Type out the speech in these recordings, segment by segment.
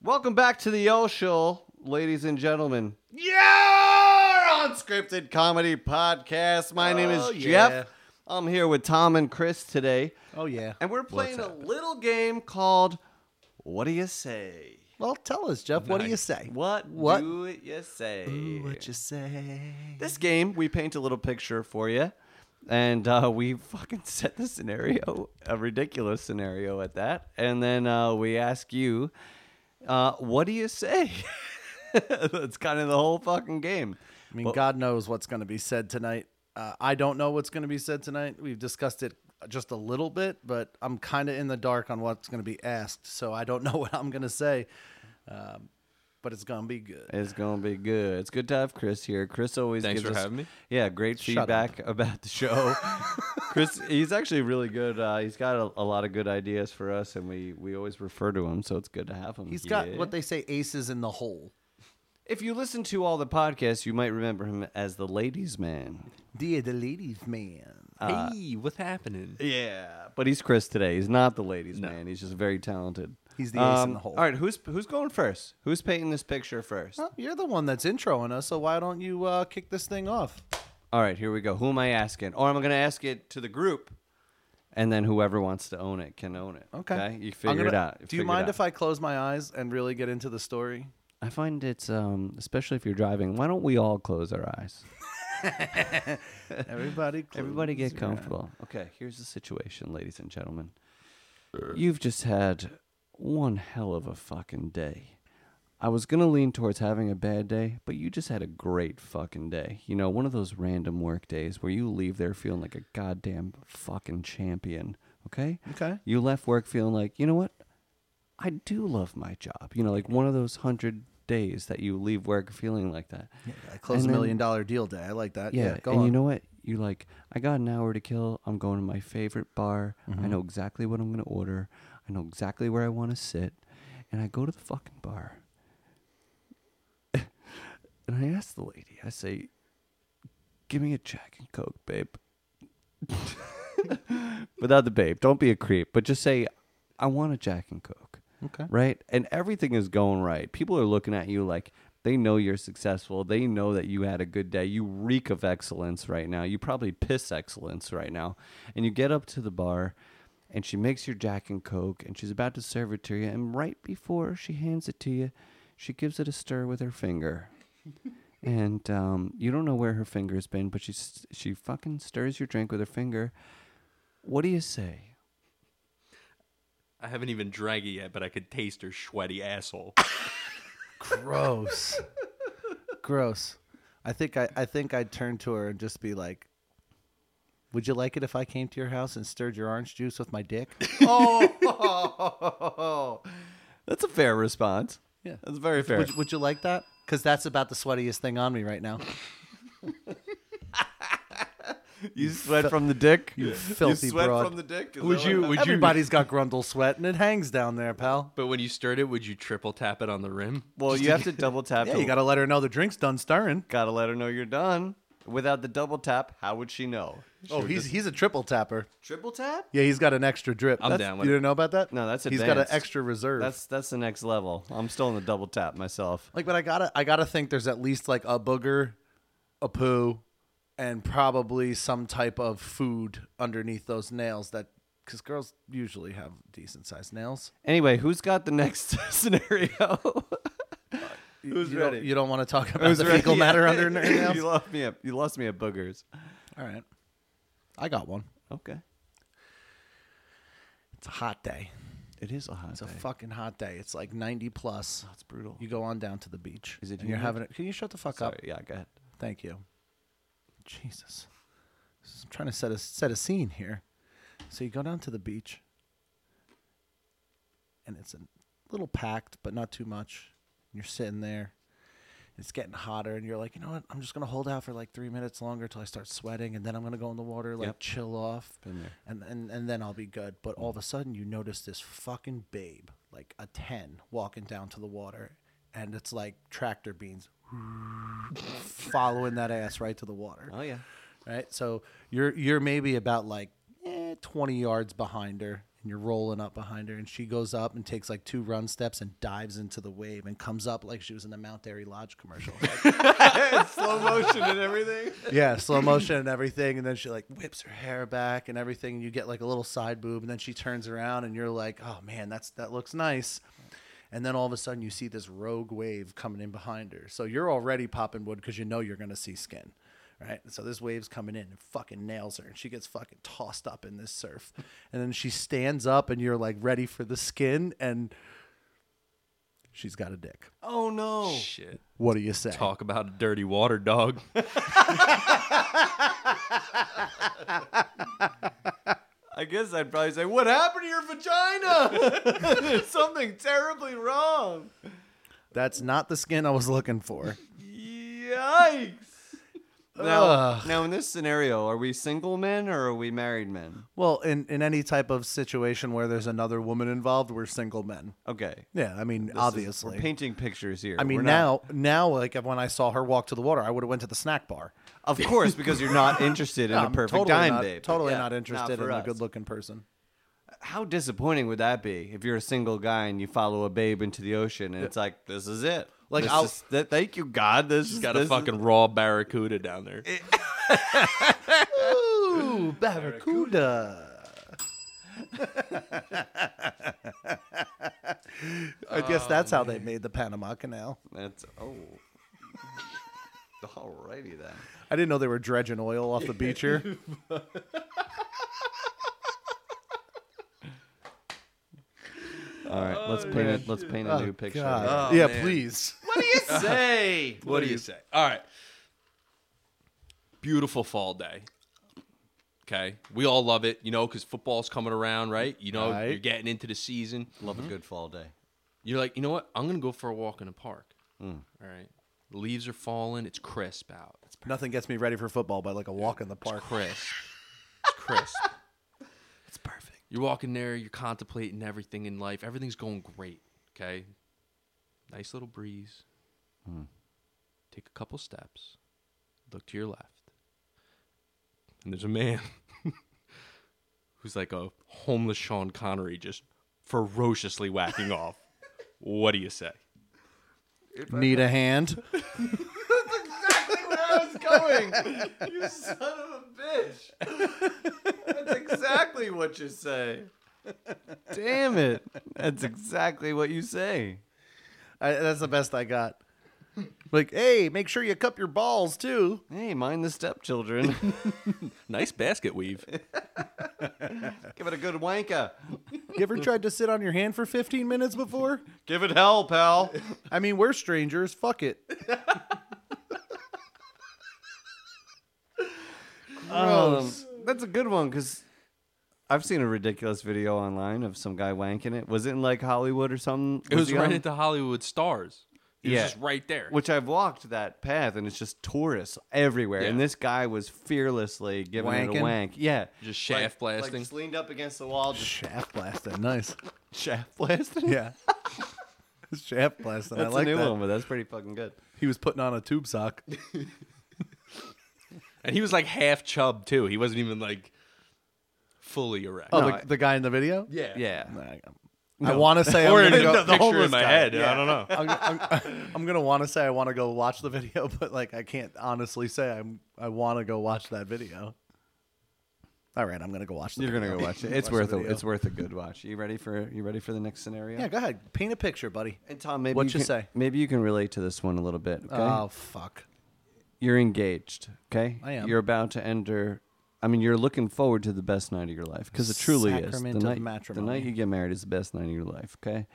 Welcome back to the Oshel, ladies and gentlemen. Your unscripted comedy podcast. My name is Oh, yeah. Jeff. I'm here with Tom and Chris today, Oh yeah. and we're playing a happening? little game called What Do You Say? Well, tell us, Jeff. What do you say? What, What? do you say? Ooh, what you say? This game, we paint a little picture for you, and uh, we fucking set the scenario, a ridiculous scenario at that, and then uh, we ask you, uh, what do you say? That's kind of the whole fucking game. I mean, God knows what's going to be said tonight. Uh, I don't know what's going to be said tonight. We've discussed it just a little bit, but I'm kind of in the dark on what's going to be asked, so I don't know what I'm going to say. Um, but it's going to be good. It's gonna be good. It's good to have Chris here. Chris always Thanks gives for us, having me. Yeah, great Shut up. feedback about the show. Chris, he's actually really good. Uh, he's got a, a lot of good ideas for us, and we we always refer to him, so it's good to have him. He's here. got what they say aces in the hole. If you listen to all the podcasts, you might remember him as the ladies' man. Dear the ladies, man. hey, what's happening? Yeah, but he's Chris today. He's not the ladies' man. He's just very talented. Um, He's the ace in the hole. All right, who's who's going first? Who's painting this picture first? Well, Oh, you're the one that's introing us, so why don't you uh, kick this thing off? All right, here we go. Who am I asking? Or I'm going to ask it to the group, and then whoever wants to own it can own it. Okay. you I'm figure it gonna- out. Do you mind if I close my eyes and really get into the story? I find it's um, especially if you're driving. Why don't we all close our eyes? Everybody, Everybody get comfortable. Okay, here's the situation, ladies and gentlemen. You've just had one hell of a fucking day. I was gonna lean towards having a bad day, but you just had a great fucking day. You know, one of those random work days where you leave there feeling like a goddamn fucking champion. Okay? Okay. You left work feeling like, you know what? I do love my job. You know, like one of those hundred days that you leave work feeling like that. I closed And a then- million dollar deal day. I like that. Yeah, Yeah, go and on. you know what? You like, I got an hour to kill. I'm going to my favorite bar. Mm-hmm. I know exactly what I'm going to order. I know exactly where I want to sit. And I go to the fucking bar. and I ask the lady, I say, give me a Jack and Coke, babe. Without the babe. Don't be a creep, but just say, I want a Jack and Coke okay. right? And everything is going right. People are looking at you like they know you're successful. They know that you had a good day. You reek of excellence right now. You probably piss excellence right now. And you get up to the bar and she makes your Jack and Coke and she's about to serve it to you. And right before she hands it to you, she gives it a stir with her finger. and um, you don't know where her finger's been, but she, s- she fucking stirs your drink with her finger. What do you say? I haven't even drank it yet, but I could taste her sweaty asshole. Gross. Gross. I think I, I think I'd turn to her and just be like, "Would you like it if I came to your house and stirred your orange juice with my dick?" Oh, that's a fair response. Yeah. that's very fair. would, would you like that? Because that's about the sweatiest thing on me right now. you sweat from the dick. You filthy sweat broad. from the dick. Is Would that you- what- would Everybody's got grundle sweat, and it hangs down there, pal. But when you stirred it, would you triple tap it on the rim? Well, you have to double tap. Yeah, to- you gotta let her know the drink's done stirring. gotta let her know you're done. Without the double tap, how would she know? Oh, he's he's a triple tapper. Triple tap? Yeah, he's got an extra drip. I'm That's- down with you it. didn't know about that? No, that's he's got an advanced. extra reserve. That's that's the next level. I'm still in the double tap myself. Like, but I gotta, I gotta think there's at least like a booger, a poo, and probably some type of food underneath those nails that, because girls usually have decent sized nails. Anyway, who's got the next scenario? You- Who's you Don't, ready? you don't want to talk about the fecal Yeah. matter under her you nails. lost me at you lost me at boogers. All right, I got one. Okay, It's a hot day. it is a hot. It's a day. fucking hot day. It's like 90 plus. That's brutal. You go on down to the beach. Is it And you're humid? having it. Can you shut the fuck Sorry, up? yeah, go ahead. Thank you. Jesus. This is- I'm trying to set a set a scene here. So you go down to the beach, and it's a little packed, but not too much. And you're sitting there. It's getting hotter, and you're like, you know what? I'm just gonna hold out for like three minutes longer till I start sweating, and then I'm gonna go in the water, like Yep. chill off, Been there. and and and then I'll be good. But all of a sudden, you notice this fucking babe, like a ten, walking down to the water, and it's like tractor beams following that ass right to the water. Oh yeah. Right? So you're you're maybe about like eh, 20 yards behind her and you're rolling up behind her, and she goes up and takes like two run steps and dives into the wave and comes up like she was in a Mount Airy Lodge commercial. Slow motion and everything. yeah, slow motion and everything, and then she like whips her hair back and everything, and you get like a little side boob, and then she turns around, and you're like, oh man, that's that looks nice. And then all of a sudden, you see this rogue wave coming in behind her. So you're already popping wood because you know you're gonna see skin, right? So this wave's coming in and fucking nails her, and she gets fucking tossed up in this surf, and then she stands up, and you're like ready for the skin, and she's got a dick. Oh no. Shit. What do you say? Talk about a dirty water dog. I guess I'd probably say, "What happened to your vagina? There's something terribly wrong." That's not the skin I was looking for. Yikes. Now, Ugh. now in this scenario, are we single men or are we married men? Well, in, in any type of situation where there's another woman involved, we're single men. Okay. Yeah, I mean, This is- obviously. we're painting pictures here. I mean, We're not- now, now, like when I saw her walk to the water, I would have went to the snack bar. Of course, because you're not interested in a I'm perfect totally dime, not, babe. Totally Yeah, not interested for in us. a good-looking person. How disappointing would that be if you're a single guy and you follow a babe into the ocean and it's like, this is it. Like, This I'll- is- th- thank you God. This She's is got a this is- fucking raw barracuda down there. Ooh, barracuda. I guess that's Oh, how they made the Panama Canal. That's oh. Alrighty then. I didn't know they were dredging oil off the beach here. All right, let's paint it. Let's paint a new picture. God. Oh, yeah, man. please. Say, What do you say? All right. Beautiful fall day. Okay. We all love it, you know, because football's coming around, right? You know, Right. you're getting into the season. love a good fall day. You're like, you know what? I'm going to go for a walk in the park. All right. Leaves are falling. It's crisp out. It's Nothing gets me ready for football but like a walk in the park. crisp. it's crisp. It's perfect. You're walking there. You're contemplating everything in life. Everything's going great. Okay. Nice little breeze. Hmm. Take a couple steps. Look to your left. And there's a man who's like a homeless Sean Connery just ferociously whacking off. What do you say? Need a hand? Where I was going, you son of a bitch. That's exactly what you say. Damn it! That's exactly what you say. I, that's the best I got. Like, hey, make sure you cup your balls too. Hey, mind the stepchildren. Nice basket weave. Give it a good wanker. You ever tried to sit on your hand for 15 minutes before? Give it hell, pal. I mean, we're strangers. Fuck it. Um, that's a good one because I've seen a ridiculous video online of some guy wanking it. Was it in like Hollywood or something? It was he right on- at the Hollywood stars. It Yeah. was just right there. Which I've walked that path and it's just tourists everywhere. Yeah. And this guy was fearlessly giving it Wanking? a wank. Yeah. just shaft Like- blasting. Like just leaned up against the wall, just Shaft blasting. Nice. shaft blasting. Yeah. Shaft blasting. That's I like a new that. one, but that's pretty fucking good. He was putting on a tube sock. and he was like half chub too. He wasn't even like fully erect. Oh, No, the, I- the guy in the video? yeah. Yeah. I, want to say Or I'm in gonna go, the picture in homeless my guy. head. Yeah. I don't know. I'm, I'm, I'm gonna want to say I want to go watch the video, but like I can't honestly say I'm I want to go watch that video. All right, I'm gonna go watch. The You're gonna video. go watch it. It's Watch the worth a video. it's worth a good watch. You ready for you ready for the next scenario? Yeah, go ahead. Paint a picture, buddy. And Tom, maybe What you you can- say? Maybe you can relate to this one a little bit. Okay? Oh fuck. you're engaged. Okay, I am. You're about to enter. I mean, you're looking forward to the best night of your life because it truly Sacrament is. of The night, matrimony. the night you get married is the best night of your life. Okay,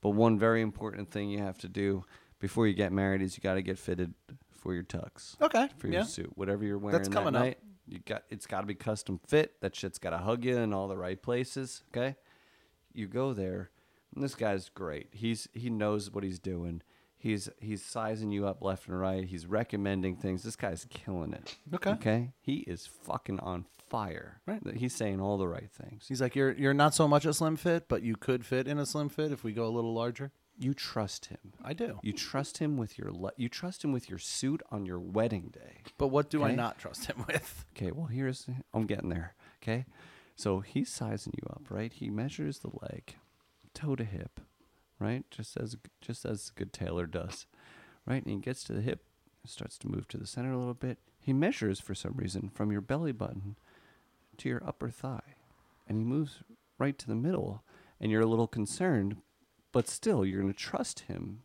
but one very important thing you have to do before you get married is you got to get fitted for your tux. Okay, for your yeah. suit, whatever you're wearing that coming up. night. You got it's got to be custom fit. That shit's got to hug you in all the right places. Okay, you go there, and this guy's great. He's he knows what he's doing. He's he's sizing you up left and right. He's recommending things. This guy's killing it. Okay. Okay. He is fucking on fire. Right. He's saying all the right things. He's like, you're you're not so much a slim fit, but you could fit in a slim fit if we go a little larger. You trust him. I do. You trust him with your le- you trust him with your suit on your wedding day. But what do I Okay. not trust him with? Okay, well here's I'm getting there. Okay. So he's sizing you up, right? He measures the leg, toe to hip, right? Just as just as a good tailor does, right? And he gets to the hip, starts to move to the center a little bit. He measures for some reason from your belly button to your upper thigh, and he moves right to the middle. And you're a little concerned, but still, you're going to trust him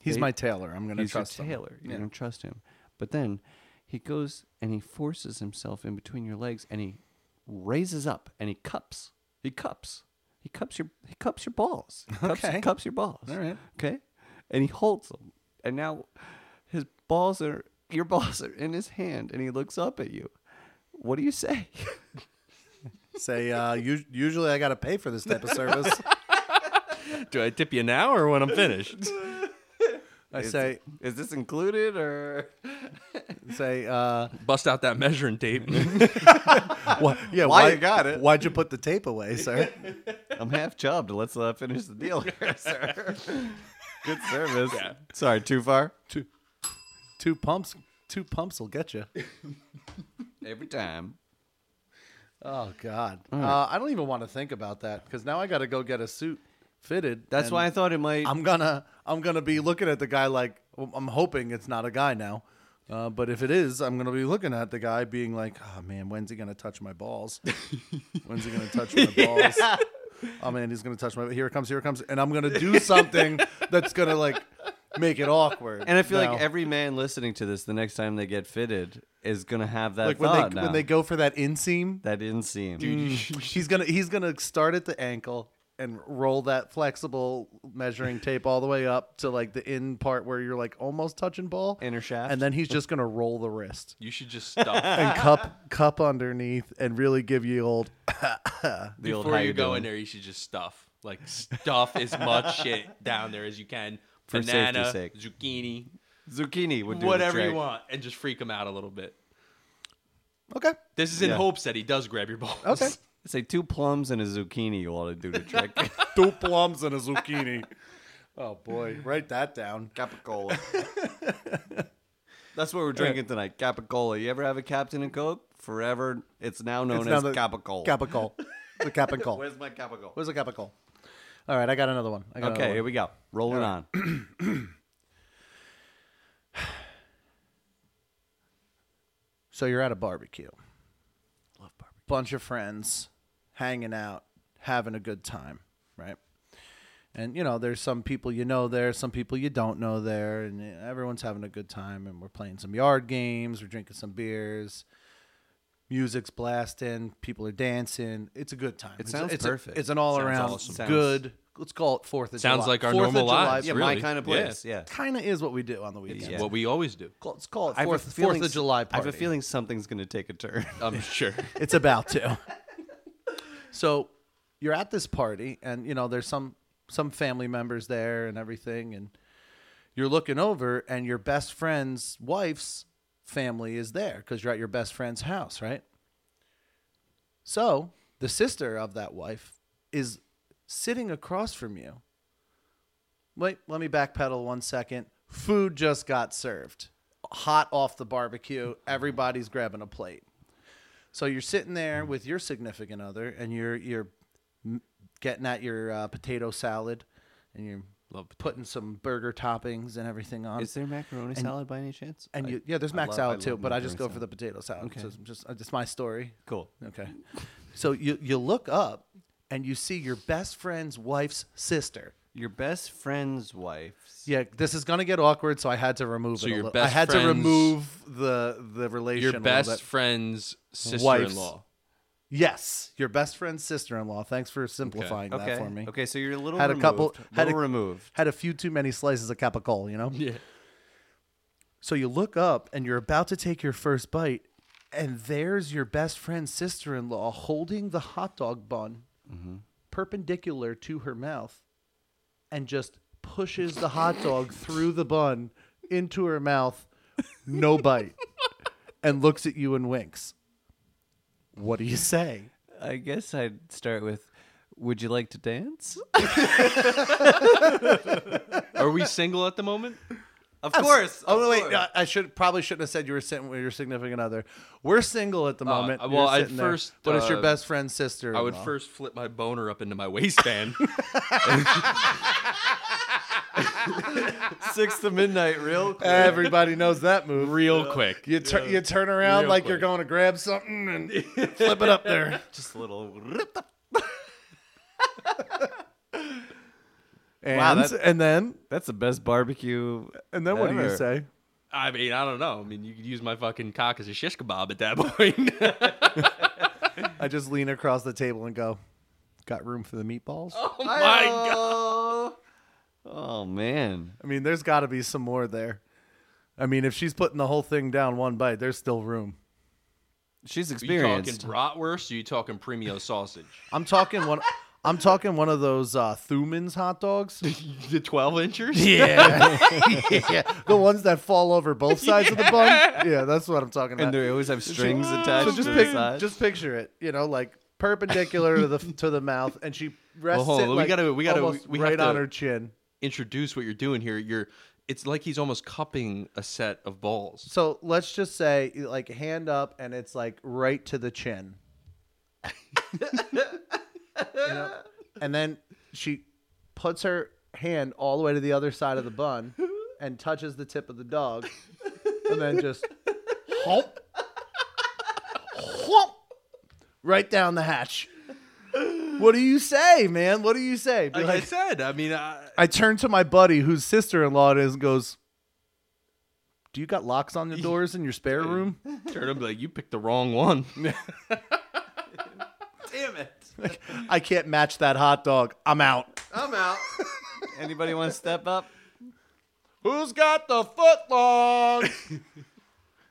He's They- my tailor. I'm going to he's trust your him. tailor. You're Yeah. gonna trust him. But then he goes and he forces himself in between your legs and he raises up and he cups. He cups. He cups your he cups your balls. He cups, Okay. he cups your balls. All right. Okay. And he holds them. And now his balls are your balls are in his hand and he looks up at you. What do you say? Say, uh, us- usually I got to pay for this type of service. Do I tip you now or when I'm finished? I Is- say, is this included or say, uh, Bust out that measuring tape. why, yeah, Why you got it? Why'd you put the tape away, sir? I'm half chubbed. Let's uh, finish the deal here, sir. Good service. Sorry, too far? two, two pumps, two pumps will get you. Every time. Oh God, uh, I don't even want to think about that because now I got to go get a suit fitted. That's and why I thought it might. I'm gonna, I'm gonna be looking at the guy like well, I'm hoping it's not a guy now. Uh, but if it is, I'm gonna be looking at the guy being like, "Oh man, when's he gonna touch my balls? when's he gonna touch my balls? Oh man, he's gonna touch my. Here it comes, here it comes, and I'm gonna do something that's gonna like make it awkward. and I feel now. like every man listening to this, the next time they get fitted, is gonna have that like when thought they now. Mm. when they go for that inseam, that inseam. He's gonna he's gonna start at the ankle and roll that flexible measuring tape all the way up to like the end part where you're like almost touching ball Inner shaft. and then he's just gonna roll the wrist you should just stop. and cup cup underneath and really give you old the old Before how you go doing? in there, you should just stuff. Like stuff as much shit down there as you can. For safety's Banana, sake. zucchini, zucchini would do the whatever you trick. want, and just freak him out a little bit. okay This is in Yeah. hopes that he does grab your balls. okay Say two plums and a zucchini will do the trick. two plums and a zucchini oh boy write that down Capicola. That's what we're drinking tonight. Capicola. You ever have a Captain and Coke? Forever. It's now known It's as now the- Capicola. capicola the capicola Where's my Capicola? where's the capicola all right i got another one I got Okay, another here one. we go. Rolling on. so you're at a barbecue Love barbecue. bunch of friends hanging out, having a good time, right? And you know, there's some people you know there, some people you don't know there, and everyone's having a good time and we're playing some yard games, we're drinking some beers. Music's blasting, people are dancing. It's a good time. It sounds it's perfect. A, it's an all-around awesome. Sounds- good. Let's call it Fourth of July. Sounds like our Fourth of normal July. lives, Yeah, Yeah, my Really? kind of Yeah. place. Yeah. kind of is what we do on the weekends. Yeah. What we always do. Call- Let's call it I have a Fourth, feeling Fourth of s- July party. I have a feeling something's going to take a turn. I'm sure. it's about to. so you're at this party and you know there's some some family members there and everything and you're looking over and your best friend's wife's family is there cuz you're at your best friend's house, right? So, the sister of that wife is sitting across from you. Wait, let me backpedal one second. Food just got served. Hot off the barbecue. Everybody's grabbing a plate. So you're sitting there with your significant other, and you're you're m- getting at your uh, potato salad, and you're Love potato. putting some burger toppings and everything on. Is there macaroni salad by any chance? and I- you, yeah, there's I mac love- salad I too, love but I just go macaroni for the potato salad. So it's just uh, it's my story. Cool. Okay. So you you look up and you see your best friend's wife's sister. Your best friend's wife's. Yeah, this is gonna get awkward, so I had to remove So it. a your little. I best had to friend's- remove the the relation. a Your little best bit. friend's sister-in-law. yes, your best friend's sister-in-law. Thanks for simplifying Okay. that for me. Okay, so you're a little Had a removed. couple- had little a- removed. Had a few too many slices of capicola, you know. Yeah. So you look up and you're about to take your first bite, and there's your best friend's sister in law holding the hot dog bun perpendicular to her mouth and just pushes the hot dog through the bun into her mouth, no bite, and looks at you and winks. What do you say? I guess I'd start with, would you like to dance? Are we single at the moment? Of course. Oh of no, wait, course. no, I should probably shouldn't have said you were sitting with your significant other. We're single at the Uh, moment. well, You're I'd sitting there. first, What is your uh, best friend's sister? I would first flip my boner up into my waistband. Six to midnight, real Uh, quick. Everybody knows that move. real quick. You turn you turn around Real like you're quick. going to grab something and flip it up there. Just a little. And, Wow, that's- and then That's the best barbecue. and then what do you ever. say? I mean, I don't know. I mean, you could use my fucking cock as a shish kebab at that point. I just lean across the table and go, "Got room for the meatballs?" oh my god. god. Oh man. I mean, there's got to be some more there. I mean, if she's putting the whole thing down one bite, there's still room. She's Are you talking experienced. bratwurst? Or are you talking premium sausage? I'm talking one. I'm talking one of those uh, Thuman's hot dogs. the twelve inchers? Yeah. The ones that fall over both sides of the bun. Yeah, that's what I'm talking And about. they always have strings attached So just to the pic- sides. just picture it, you know, like perpendicular to the to the mouth and she rests hold it on, we like gotta- we gotta- almost we have right on to- her chin. Introduce what you're doing here. You're. It's like he's almost cupping a set of balls. So let's just say like hand up and it's like right to the chin. You know? And then she puts her hand all the way to the other side of the bun and touches the tip of the dog and then just hump, hump, right down the hatch. What do you say, man? What do you say? Be Like I like- said, I mean, I, I turn to my buddy whose sister in law it is and goes, Do you got locks on the doors in your spare room? turn him like you picked the wrong one. Damn it! I can't match that hot dog. I'm out. I'm out. Anybody want to step up? Who's got the foot long?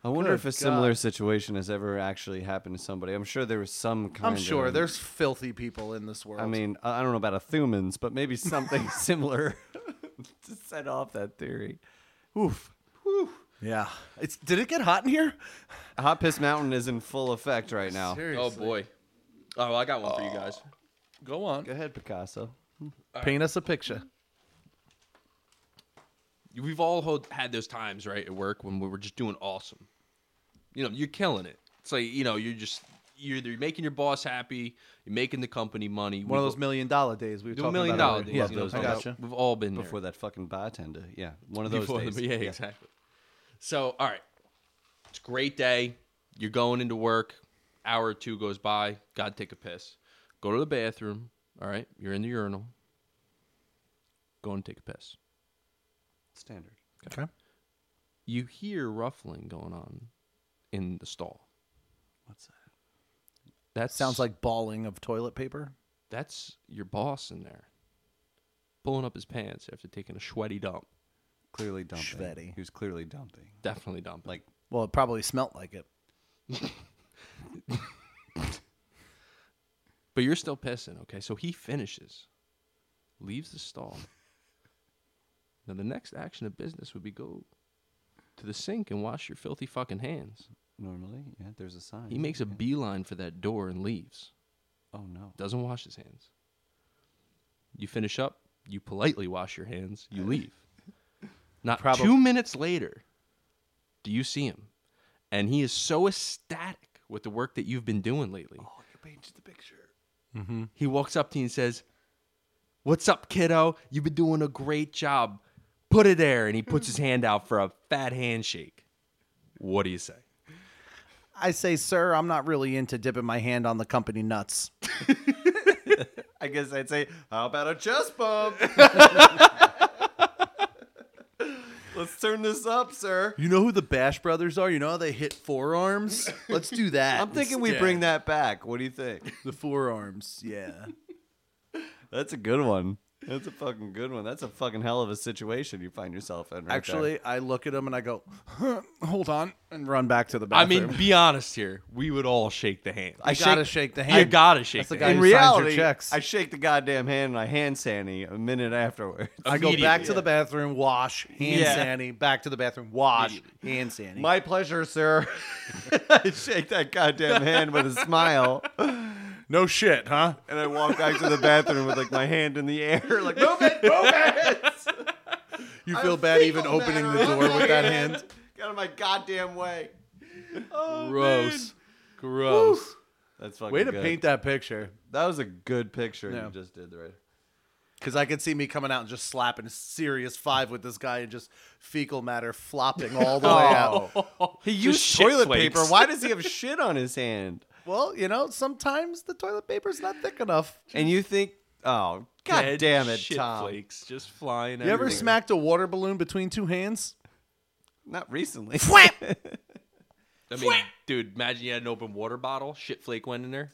I wonder Good if a similar situation has ever actually happened to somebody. I'm sure there was some kind. I'm sure of- there's filthy people in this world. I mean, I I don't know about a Thumans, but maybe something similar to set off that theory. Oof. yeah. It's did it get hot in here? Hot Piss Mountain is in full effect right now. Oh boy. Oh, well, I got one for you guys. Go on. Go ahead, Picasso. Paint us a picture. We've all hold, had those times, right, at work when we were just doing awesome. You know, you're killing it. It's like you know, you're just you're either making your boss happy, you're making the company money. One of We've- those million dollar days we were Do a talking million about. dollar earlier. days. you know, those I days. gotcha. We've all been Before there. that fucking bartender. Yeah, one of those Before the- days. yeah, exactly. So, all right, it's a great day. You're going into work. Hour or two goes by. God, take a piss. Go to the bathroom. All right, you're in the urinal. Go and take a piss. Standard. Okay. You hear ruffling going on in the stall. What's that? That Sounds like balling of toilet paper. that's your boss in there, pulling up his pants after taking a sweaty dump. Clearly dumping. Shvetty. He was clearly dumping. Definitely dumping. Like Well, it probably smelt like it. But you're still pissing, okay? So he finishes, leaves the stall. now the next action of business would be go to the sink and wash your filthy fucking hands. normally, yeah. There's a sign. He makes a beeline for that door and leaves. Oh no. Doesn't wash his hands. You finish up, you politely wash your hands, you leave. Not Probab- two minutes later, do you see him? And he is so ecstatic with the work that you've been doing lately. Oh, you painted the picture. Mm-hmm. He walks up to you and says, What's up, kiddo? You've been doing a great job. Put it there. And he puts his hand out for a fat handshake. What do you say? I say, sir, I'm not really into dipping my hand on the company nuts. I guess I'd say, how about a chest bump? Let's turn this up, sir. You know who the Bash Brothers are? You know how they hit forearms? Let's do that. I'm thinking we bring that back. What do you think? the forearms. Yeah. That's a good one. That's a fucking good one. That's a fucking hell of a situation you find yourself in. Right there. Actually, I look at them and I go, huh, hold on, and run back to the I bathroom. mean, be honest here. We would all shake the hand. I gotta shake the hand. You gotta shake That's the the guy hand. in who signs your reality, checks. I shake the goddamn hand and I hand Sandy a minute afterwards. I go back to Immediately. the bathroom, wash, hand Yeah. sandy, back to the bathroom, wash, hand sandy. My pleasure, sir. I shake that goddamn hand with a smile, no shit, huh? and I walk back to the bathroom with like my hand in the air, like move it, move it. You feel bad even opening the door with that hand. Get out of my goddamn way. Gross. Gross. That's fucking Way to good. paint that picture. That was a good picture Yeah. you just did right. Because I could see me coming out and just slapping a serious five with this guy and just fecal matter flopping all the way out. Oh. He Just used shit toilet flakes. paper. Why does he have shit on his hand? Well, you know, sometimes the toilet paper's not thick enough. And you think, oh, god Dead damn it, shit Tom. flakes just flying. You ever everywhere. smacked a water balloon between two hands? Not recently. I mean, dude, imagine you had an open water bottle. Shit flake went in there.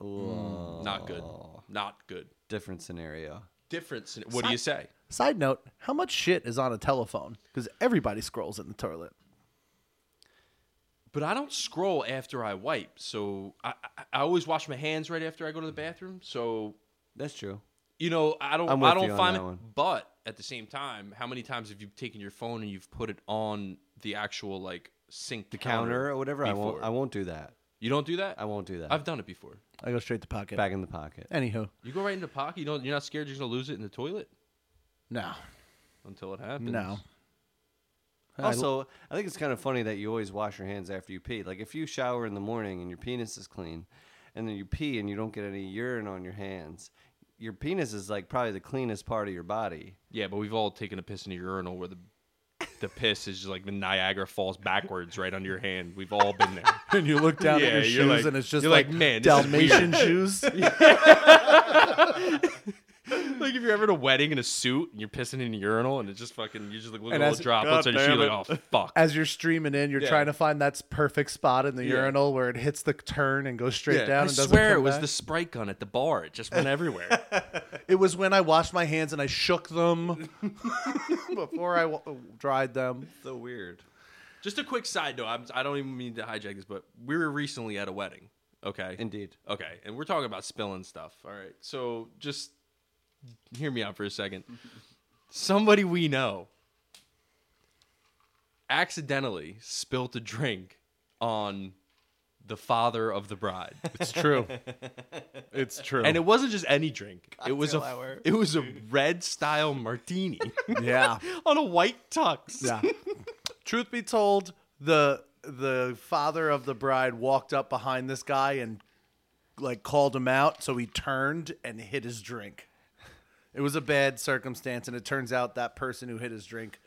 Not good. Not good. Different scenario. Difference. In, what do you say? Side note, how much shit is on a telephone? Because everybody scrolls in the toilet. But I don't scroll after I wipe, so I, I, I always wash my hands right after I go to the bathroom. So That's true. you know, I don't, I'm I with don't you on find that it. one. But at the same time, how many times have you taken your phone and you've put it on the actual like sink, the Counter or whatever. I won't. before? I won't do that. You don't do that. I won't do that. I've done it before. I go straight to pocket. Back in the pocket. Anywho, You go right in the pocket. You don't. You're not scared. You're gonna lose it in the toilet no, until it happens. no. Also, I think it's kind of funny that you always wash your hands after you pee. Like if you shower in the morning and your penis is clean, and then you pee and you don't get any urine on your hands, your penis is like probably the cleanest part of your body. Yeah, but we've all taken a piss in a urinal where the the piss is just like the Niagara falls backwards right under your hand. We've all been there. And you look down Yeah, at your you're shoes like- and it's just you're like, like, "Man, this is Dalmatian shoes. like if you're ever at a wedding in a suit and you're pissing in a urinal and it's just fucking you just like look at And all as- the God droplets and you're damn like, oh fuck. As you're streaming in, you're Yeah. trying to find that perfect spot in the Yeah. urinal where it hits the turn and goes straight Yeah, down. I and doesn't swear come it was back. the Sprite gun at the bar. It just went everywhere. It was when I washed my hands and I shook them before I w- dried them. So weird. just a quick side note. I'm, I don't even mean to hijack this, but we were recently at a wedding. Okay. Indeed. Okay, and we're talking about spilling stuff. All right, so just hear me out for a second. Somebody we know accidentally spilt a drink on the father of the bride, It's true. It's true. and it wasn't just any drink. it was a it was a red style martini yeah. on a white tux. Yeah. Truth be told, the the father of the bride walked up behind this guy and like called him out, so he turned and hit his drink. It was a bad circumstance, and it turns out that person who hit his drink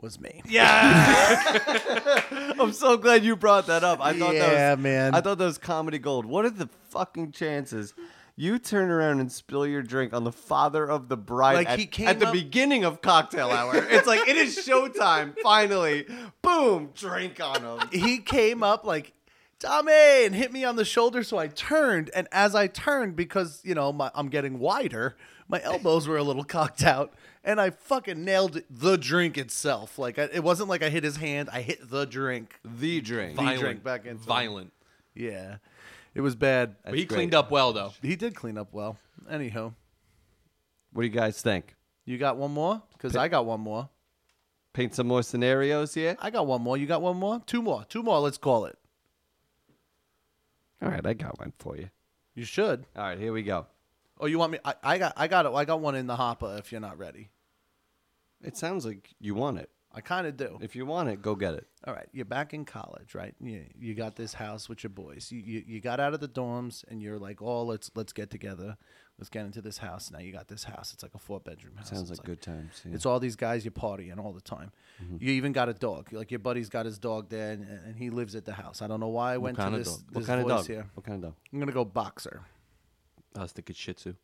was me. Yeah, I'm so glad you brought that up. I thought that Yeah, was, man. I thought that was comedy gold. What are the fucking chances you turn around and spill your drink on the father of the bride Like, at, he came at the up- beginning of cocktail hour? It's like it is showtime. Finally, boom, drink on him. he came up like Tommy and hit me on the shoulder, so I turned, and as I turned, because you know my, I'm getting wider, my elbows were a little cocked out, and I fucking nailed the drink itself. Like I, it wasn't like I hit his hand; I hit the drink. The drink. He Violent, drank back into it. violent. Yeah, it was bad. But he cleaned up well though. He did clean up well. Anyhow, What do you guys think? you got one more because I got one more. Paint some more scenarios here. I got one more. You got one more. Two more. Two more. Let's call it. All right, I got one for you. You should. All right, here we go. Oh, you want me? I, I got. I got it. I got one in the hopper. If you're not ready, It sounds like you want it. I kind of do. If you want it, go get it. all right, you're back in college, right? You, you got this house with your boys. You, you you got out of the dorms, and you're like, oh, let's let's get together, let's get into this house. Now you got this house. It's like a four bedroom house. Sounds It's like good Mm-hmm. times. yeah. It's all these guys you partying all the time. You even got a dog. Like your buddy's got his dog there, and, and he lives at the house. I don't know why I went to kind of this, dog? what this kind of voice dog? here. What kind of dog? I'm gonna go boxer. I was thinking Shih Tzu.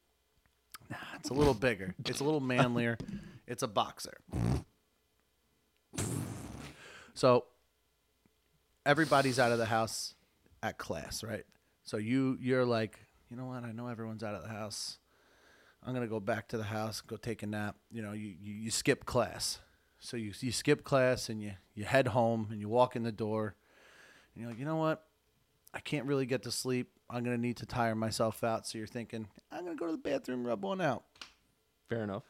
It's a little bigger. It's a little manlier. It's a boxer. So everybody's out of the house at class, right? So you you're like, you know what? I know everyone's out of the house. I'm gonna go back to the house, go take a nap. You know, you, you, you skip class. So you you skip class and you you head home and you walk in the door and you're like, you know what? I can't really get to sleep. I'm gonna need to tire myself out. So you're thinking, I'm gonna go to the bathroom, rub one out. Fair enough.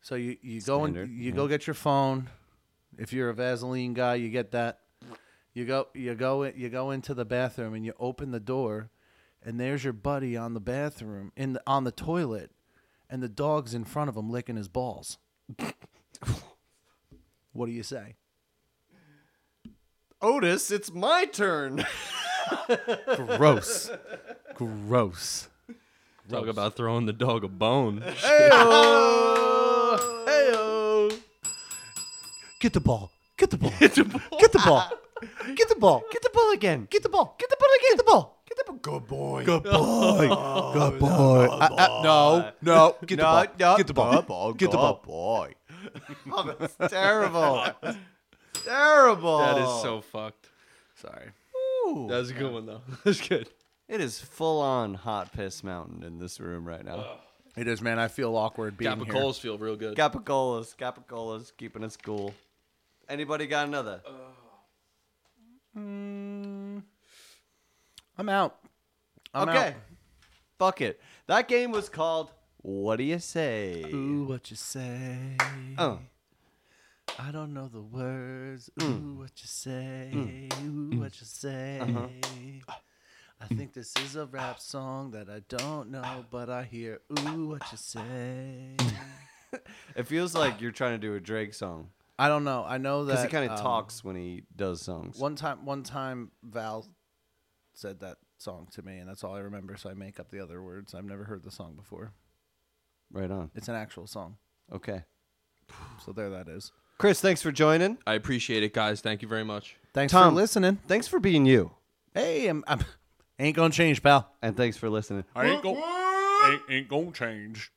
So you, you go and Standard, you go get your phone. If you're a Vaseline guy, you get that. You go you go in- you go into the bathroom and you open the door, and there's your buddy on the bathroom in the, on the toilet, and the dog's in front of him licking his balls. What do you say? Otis, it's my turn. Gross. Gross. Talk about throwing the dog a bone. Get the ball. Get the ball. Get the ball. Get the ball. Get the ball. Get the ball again. Get the ball. Get the ball. Get the ball. Get the ball. Good boy. Good boy. Good boy. I- I- No. No. Get the ball. Get the ball. Get the ball. boy. oh, that's terrible. terrible. That is Oh. so fucked. Sorry. That was a good one though. That's good. It is full on hot piss mountain in this room right now. It is, man. I feel awkward being here. Capicolas feel real good. Capicolas, Capicolas, keeping us cool. Anybody got another? Mm. I'm out. I'm okay. out. Fuck it. That game was called What Do You Say? Ooh, what you say? Oh. I don't know the words. Ooh, what you say? Ooh, what you say? Uh-huh. I think this is a rap song that I don't know, but I hear. Ooh, what you say? It feels like you're trying to do a Drake song. I don't know. I know that Because he kind of um, talks when he does songs. One time, one time, Val said that song to me, and that's all I remember. So I make up the other words. I've never heard the song before. Right on. It's an actual song. Okay. So there that is. Chris, thanks for joining. I appreciate it, guys. Thank you very much. Thanks Tom. for listening. Thanks for being you. Hey, I'm, I'm ain't gonna change, pal. And thanks for listening. I ain't, go- ain't, ain't gonna change.